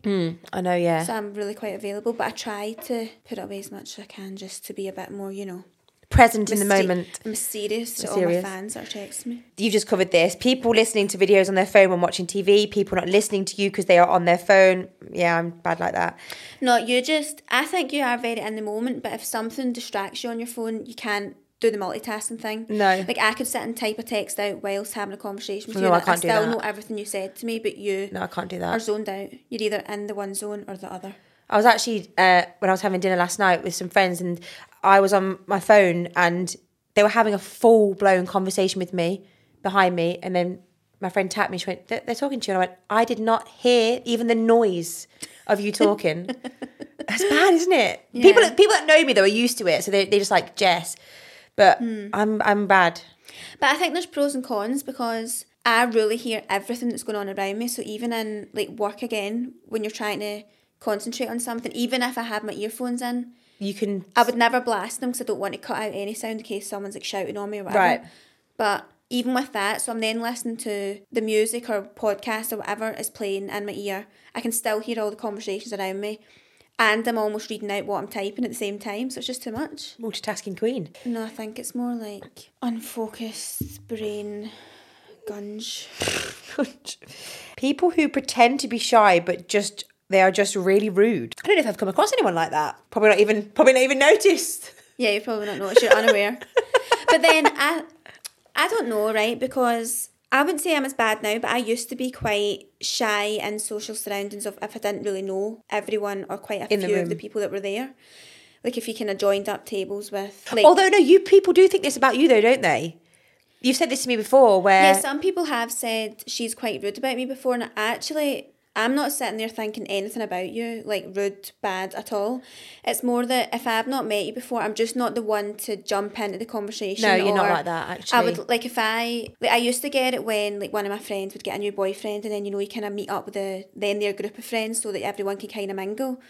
Speaker 4: I know, yeah.
Speaker 3: So I'm really quite available, but I try to put it away as much as I can just to be a bit more, you know,
Speaker 4: Present in the
Speaker 3: myste-
Speaker 4: moment.
Speaker 3: mysterious to all my
Speaker 4: Mysterious.
Speaker 3: fans that are texting me.
Speaker 4: You've just covered this. People listening to videos on their phone when watching TV, people not listening to you because they are on their phone. Yeah, I'm bad like that.
Speaker 3: No, you just. I think you are very in the moment, but if something distracts you on your phone, you can't do the multitasking thing.
Speaker 4: No.
Speaker 3: Like I could sit and type a text out whilst having a conversation with
Speaker 4: No,
Speaker 3: you.
Speaker 4: I
Speaker 3: and
Speaker 4: can't do
Speaker 3: still
Speaker 4: that.
Speaker 3: know everything you said to me, but you
Speaker 4: No, I can't do that.
Speaker 3: are zoned out. You're either in the one zone or the other.
Speaker 4: I was actually uh, when I was having dinner last night with some friends, and I was on my phone, and they were having a full blown conversation with me behind me, and then my friend tapped me. She went, "They're, they're talking to you." And I went, "I did not hear even the noise of you talking." That's bad, isn't it? People,
Speaker 3: Yeah.
Speaker 4: that- people that know me though are used to it, so they they just like Jess. But
Speaker 3: Hmm.
Speaker 4: I'm I'm bad.
Speaker 3: But I think there's pros and cons because I really hear everything that's going on around me. So even in like work again, when you're trying to concentrate on something, even if I had my earphones in,
Speaker 4: You can
Speaker 3: I would never blast them because I don't want to cut out any sound in case someone's like shouting on me or whatever.
Speaker 4: Right.
Speaker 3: But even with that, so I'm then listening to the music or podcast or whatever is playing in my ear. I can still hear all the conversations around me. And I'm almost reading out what I'm typing at the same time, so it's just too much.
Speaker 4: multitasking queen.
Speaker 3: No, I think it's more like unfocused brain gunge.
Speaker 4: People who pretend to be shy but just they are just really rude. I don't know if I've come across anyone like that. Probably not even probably not even noticed.
Speaker 3: Yeah, you probably not noticed. You're unaware. but then I, I don't know, right? Because I wouldn't say I'm as bad now, but I used to be quite shy in social surroundings of if I didn't really know everyone or quite a
Speaker 4: In the
Speaker 3: few of
Speaker 4: room.
Speaker 3: the people that were there. Like if you kind of joined up tables with, like,
Speaker 4: Although no, you people do think this about you though, don't they? You've said this to me before
Speaker 3: yeah,
Speaker 4: where
Speaker 3: some people have said she's quite rude about me before, and actually, I'm not sitting there thinking anything about you, like rude, bad at all. It's more that if I've not met you before, I'm just not the one to jump into the conversation.
Speaker 4: No, you're not
Speaker 3: or
Speaker 4: like that,
Speaker 3: I
Speaker 4: actually.
Speaker 3: would like if I like I used to get it when like one of my friends would get a new boyfriend, and then you know you kind of meet up with the then their group of friends so that everyone can kind of mingle.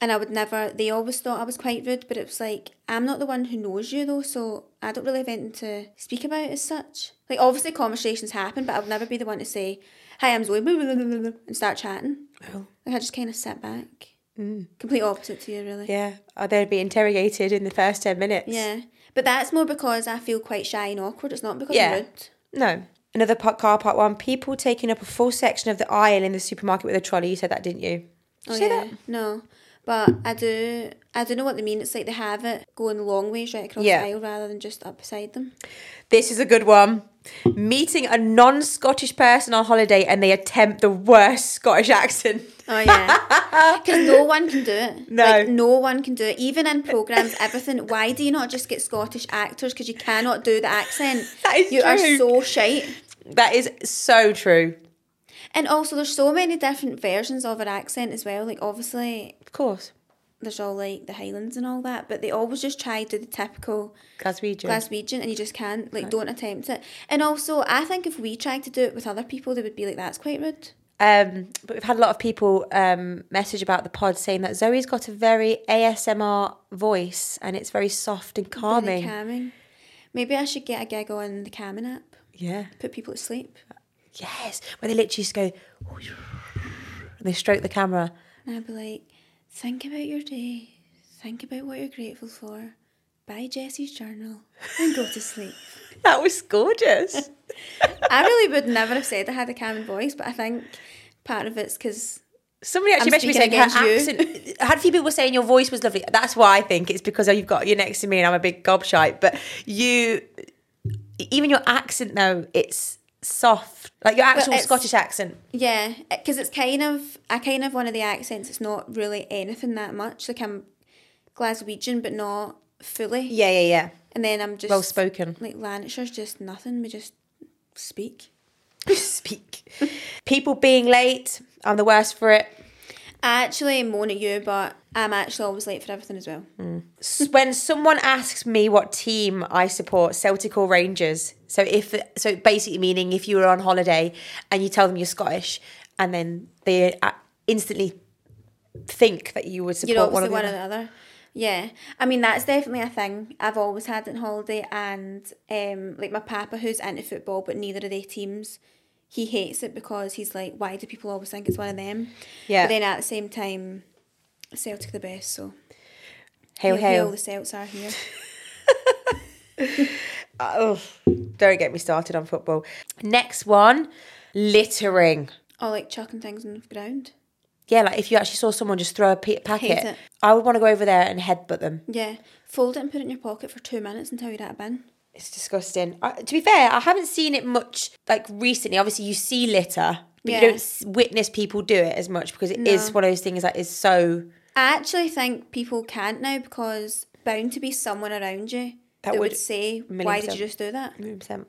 Speaker 3: And I would never. They always thought I was quite rude, but it was like I'm not the one who knows you though, so I don't really have anything to speak about as such. Like obviously conversations happen, but I would never be the one to say, "Hi, I'm Zoe," blah, blah, blah, blah, blah, and start chatting.
Speaker 4: Oh.
Speaker 3: Like I just kind of sit back. Mm. Complete opposite to you, really.
Speaker 4: Yeah. Or they'd be interrogated in the first ten minutes.
Speaker 3: Yeah. But that's more because I feel quite shy and awkward. It's not because
Speaker 4: Yeah.
Speaker 3: I'm rude.
Speaker 4: No. Another part, car part one. People taking up a full section of the aisle in the supermarket with a trolley. You said that, didn't you?
Speaker 3: Oh,
Speaker 4: say
Speaker 3: yeah.
Speaker 4: that?
Speaker 3: No. But I do I do know what they mean. It's like they have it going long ways right across
Speaker 4: Yeah.
Speaker 3: the aisle rather than just up beside them.
Speaker 4: This is a good one. Meeting a non-Scottish person on holiday and they attempt the worst Scottish accent.
Speaker 3: Oh yeah, because no one can do it.
Speaker 4: No.
Speaker 3: like, no one can do it. Even in programs, everything. Why do you not just get Scottish actors? Because you cannot do the accent.
Speaker 4: That is
Speaker 3: you are
Speaker 4: true.
Speaker 3: so shite.
Speaker 4: That is so true.
Speaker 3: And also, there's so many different versions of an accent as well. Like obviously,
Speaker 4: Of course.
Speaker 3: there's all like the Highlands and all that, but they always just try to do the typical
Speaker 4: Glaswegian.
Speaker 3: Glaswegian, and you just can't. Like, don't attempt it. And also, I think if we tried to do it with other people, they would be like, "That's quite rude."
Speaker 4: um, but we've had a lot of people um, message about the pod saying that Zoe's got a very ASMR voice and it's very soft and
Speaker 3: Very
Speaker 4: calming.
Speaker 3: calming. Maybe I should get a gig on the Calming app.
Speaker 4: Yeah.
Speaker 3: Put people to sleep.
Speaker 4: Yes. Where they literally just go and they stroke the camera.
Speaker 3: And I'd be like, think about your day, think about what you're grateful for, buy Jessie's journal, and go to sleep.
Speaker 4: That was gorgeous.
Speaker 3: I really would never have said I had a calming voice, but I think part of it's because
Speaker 4: Somebody actually
Speaker 3: I'm
Speaker 4: messaged me saying
Speaker 3: speaking
Speaker 4: her
Speaker 3: against you.
Speaker 4: accent. I had a few people saying your voice was lovely. That's why I think it's because you've got you're next to me and I'm a big gobshite. But you, even your accent though, it's soft. Like your actual
Speaker 3: it's-
Speaker 4: Scottish accent.
Speaker 3: yeah, because it's kind of I kind of one of the accents. It's not really anything that much. Like I'm Glaswegian, but not fully.
Speaker 4: Yeah, yeah, yeah.
Speaker 3: and then I'm just
Speaker 4: Well spoken.
Speaker 3: Like Lancashire's just nothing. We just speak.
Speaker 4: Speak. people being late. I'm the worst for it.
Speaker 3: I actually moan at you, but I'm actually always late for everything as well.
Speaker 4: S- when someone asks me what team I support, Celtic or Rangers. So if so, basically meaning if you were on holiday and you tell them you're Scottish, and then they uh, instantly think that you would support
Speaker 3: You're
Speaker 4: one
Speaker 3: obviously
Speaker 4: of
Speaker 3: one or
Speaker 4: them.
Speaker 3: the other. Yeah, I mean that's definitely a thing I've always had on holiday, and um, like my papa who's into football, but neither of their teams, he hates it because he's like, why do people always think it's one of them?
Speaker 4: Yeah.
Speaker 3: But then at the same time, Celtic are the best, so
Speaker 4: Hail, hail!
Speaker 3: the Celts are here.
Speaker 4: Oh, don't get me started on football. Next one, littering.
Speaker 3: or like chucking things on the ground.
Speaker 4: Yeah, like if you actually saw someone just throw a pe- packet,
Speaker 3: Hate it.
Speaker 4: I would want to go over there and headbutt them.
Speaker 3: Yeah, fold it and put it in your pocket for two minutes until you're at a bin.
Speaker 4: It's disgusting. I, to be fair, I haven't seen it much like recently. Obviously, you see litter, but
Speaker 3: Yeah.
Speaker 4: you don't s- witness people do it as much because it is one of those things that is so.
Speaker 3: I actually think people can't now because bound to be someone around you that,
Speaker 4: That would-
Speaker 3: would, say,
Speaker 4: Million
Speaker 3: why did you
Speaker 4: percent.
Speaker 3: just do that?
Speaker 4: 100%.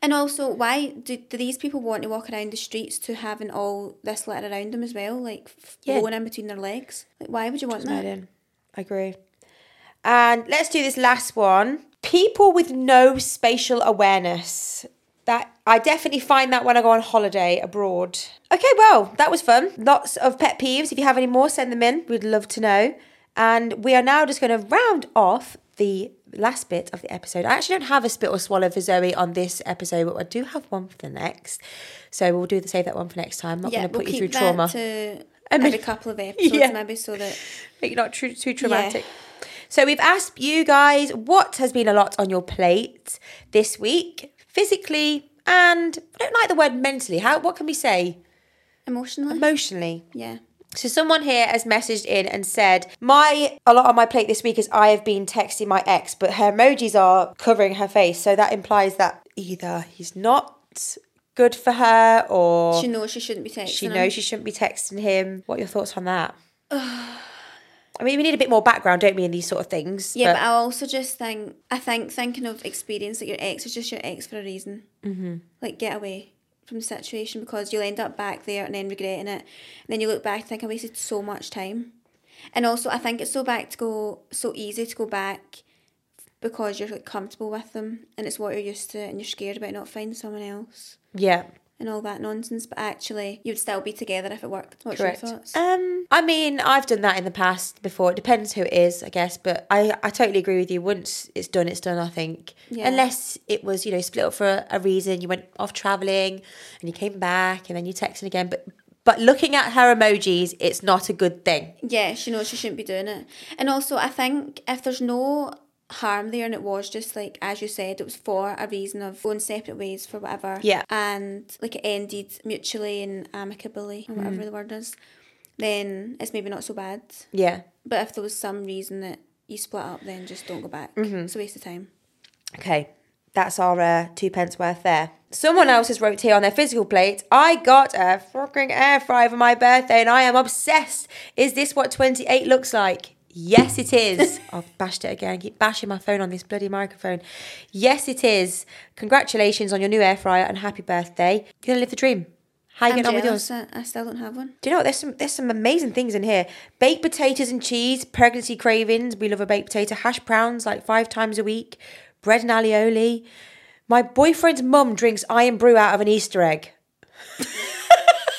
Speaker 3: And also, why do, do these people want to walk around the streets to having all this litter around them as well, like f-
Speaker 4: Yeah.
Speaker 3: flowing in between their legs? Like, why would you want
Speaker 4: Right
Speaker 3: that?
Speaker 4: in. I agree. And let's do this last one. People with no spatial awareness. That I definitely find that when I go on holiday abroad. Okay, well, that was fun. Lots of pet peeves. If you have any more, send them in. We'd love to know. And we are now just going to round off the last bit of the episode. I actually don't have a spit or swallow for Zoe on this episode, but I do have one for the next. So we'll do the save that one for next time. I'm not
Speaker 3: yeah,
Speaker 4: going to
Speaker 3: we'll
Speaker 4: put you
Speaker 3: keep
Speaker 4: through
Speaker 3: that
Speaker 4: trauma.
Speaker 3: to
Speaker 4: I mean-
Speaker 3: every couple of episodes,
Speaker 4: Yeah.
Speaker 3: maybe, so that
Speaker 4: Make it not too, too traumatic. So we've asked you guys what has been a lot on your plate this week, physically and I don't like the word mentally. How what can we say?
Speaker 3: emotionally,
Speaker 4: Emotionally.
Speaker 3: yeah.
Speaker 4: So someone here has messaged in and said, "My a lot on my plate this week is I have been texting my ex, but her emojis are covering her face, so that implies that either he's not good for her or
Speaker 3: She knows she shouldn't be texting.
Speaker 4: Oh. she
Speaker 3: him.
Speaker 4: knows she shouldn't be texting him. What are your thoughts on that? I mean, we need a bit more background, don't we, in these sort of things?
Speaker 3: Yeah, but, I also just think I think thinking of experience that your ex is just your ex for a reason. Mm-hmm. Like get away from the situation because you'll end up back there and then regretting it, and then you look back and think I wasted so much time. And also, I think it's so back to go so easy to go back because you're like comfortable with them and it's what you're used to, and you're scared about not finding someone else
Speaker 4: yeah,
Speaker 3: and all that nonsense. But actually, you'd still be together if it worked. What's
Speaker 4: correct.
Speaker 3: your thoughts?
Speaker 4: Um, I mean, I've done that in the past before. It depends who it is, I guess. But I, I totally agree with you. Once it's done, it's done. I think,
Speaker 3: Yeah.
Speaker 4: unless it was, you know, split up for a, a reason. You went off traveling, and you came back, and then you texted again. But but looking at her emojis, it's not a good thing.
Speaker 3: Yeah, she knows she shouldn't be doing it. And also, I think if there's no harm there and it was just like, as you said, it was for a reason of going separate ways for whatever.
Speaker 4: Yeah.
Speaker 3: And like it ended mutually and amicably, or
Speaker 4: Mm.
Speaker 3: whatever the word is, then it's maybe not so bad.
Speaker 4: Yeah.
Speaker 3: But if there was some reason that you split up, then just don't go back.
Speaker 4: Mm-hmm.
Speaker 3: It's a waste of time.
Speaker 4: Okay, that's our uh, two pence worth there. Someone else has wrote here on their physical plate, I got a fucking air fryer for my birthday and I am obsessed. Is this what 28 looks like? Yes, it is. I've bashed it again. I keep bashing my phone on this bloody microphone. Yes, it is. Congratulations on your new air fryer and happy birthday. You're going to live the dream. How are you
Speaker 3: I'm
Speaker 4: getting on with yours?
Speaker 3: jealous that I still don't have one.
Speaker 4: Do you know what? There's some there's some amazing things in here. Baked potatoes and cheese, pregnancy cravings. We love a baked potato, hash browns like five times a week, bread and alioli. My boyfriend's mum drinks iron brew out of an Easter egg.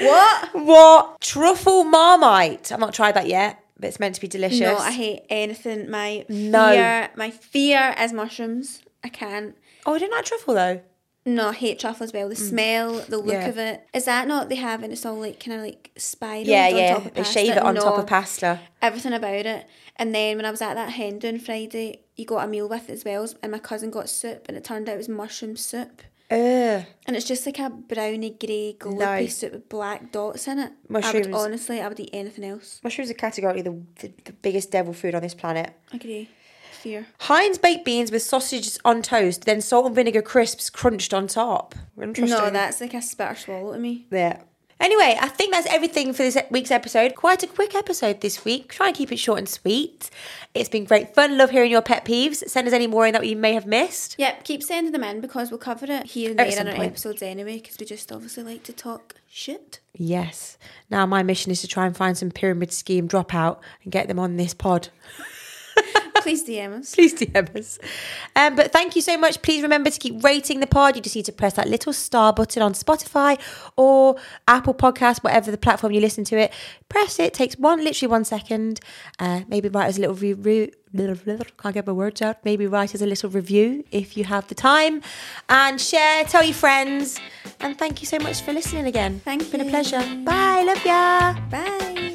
Speaker 4: what? What? Truffle marmite. I've not tried that yet, but it's meant to be delicious.
Speaker 3: No, I hate anything. My
Speaker 4: No.
Speaker 3: fear, my fear is mushrooms. I can't.
Speaker 4: oh, I didn't like truffle though.
Speaker 3: No, I hate truffle as well. The smell, the look
Speaker 4: Mm. Yeah.
Speaker 3: of it. Is that not what they have and it's all like kind of like spiraled
Speaker 4: Yeah,
Speaker 3: on
Speaker 4: yeah.
Speaker 3: top of
Speaker 4: They
Speaker 3: pasta?
Speaker 4: shave it on top
Speaker 3: No,
Speaker 4: of pasta.
Speaker 3: Everything about it. And then when I was at that hen do on Friday, you got a meal with it as well and my cousin got soup and it turned out it was mushroom soup.
Speaker 4: Ugh.
Speaker 3: And it's just like a browny grey gloopy
Speaker 4: No.
Speaker 3: soup with black dots in it. I would,
Speaker 4: Mushrooms.
Speaker 3: honestly, I would eat anything else.
Speaker 4: Mushrooms are categorically the, the, the biggest devil food on this planet.
Speaker 3: Agree. Fear.
Speaker 4: Heinz baked beans with sausages on toast, then salt and vinegar crisps crunched on top. Interesting.
Speaker 3: No, that's like a spit or swallow to me.
Speaker 4: yeah. Anyway, I think that's everything for this e-, week's episode. Quite a quick episode this week. Try and keep it short and sweet. It's been great fun. Love hearing your pet peeves. Send us any more in that we may have missed.
Speaker 3: Yep, keep sending them in because we'll cover it here and
Speaker 4: At
Speaker 3: there
Speaker 4: some
Speaker 3: in our
Speaker 4: point.
Speaker 3: episodes anyway because we just obviously like to talk shit.
Speaker 4: Yes. Now my mission is to try and find some pyramid scheme dropout and get them on this pod.
Speaker 3: Please DM us.
Speaker 4: please DM us. Um, but thank you so much. Please remember to keep rating the pod. You just need to press that little star button on Spotify or Apple Podcast, whatever the platform you listen to it. Press it. Takes one, literally one second. Uh, maybe write us a little review. Can't get my words out. Maybe write us a little review if you have the time, and share. Tell your friends. And thank you so much for listening again.
Speaker 3: Thank
Speaker 4: it's been a
Speaker 3: you.
Speaker 4: pleasure. Bye. Love ya.
Speaker 3: Bye.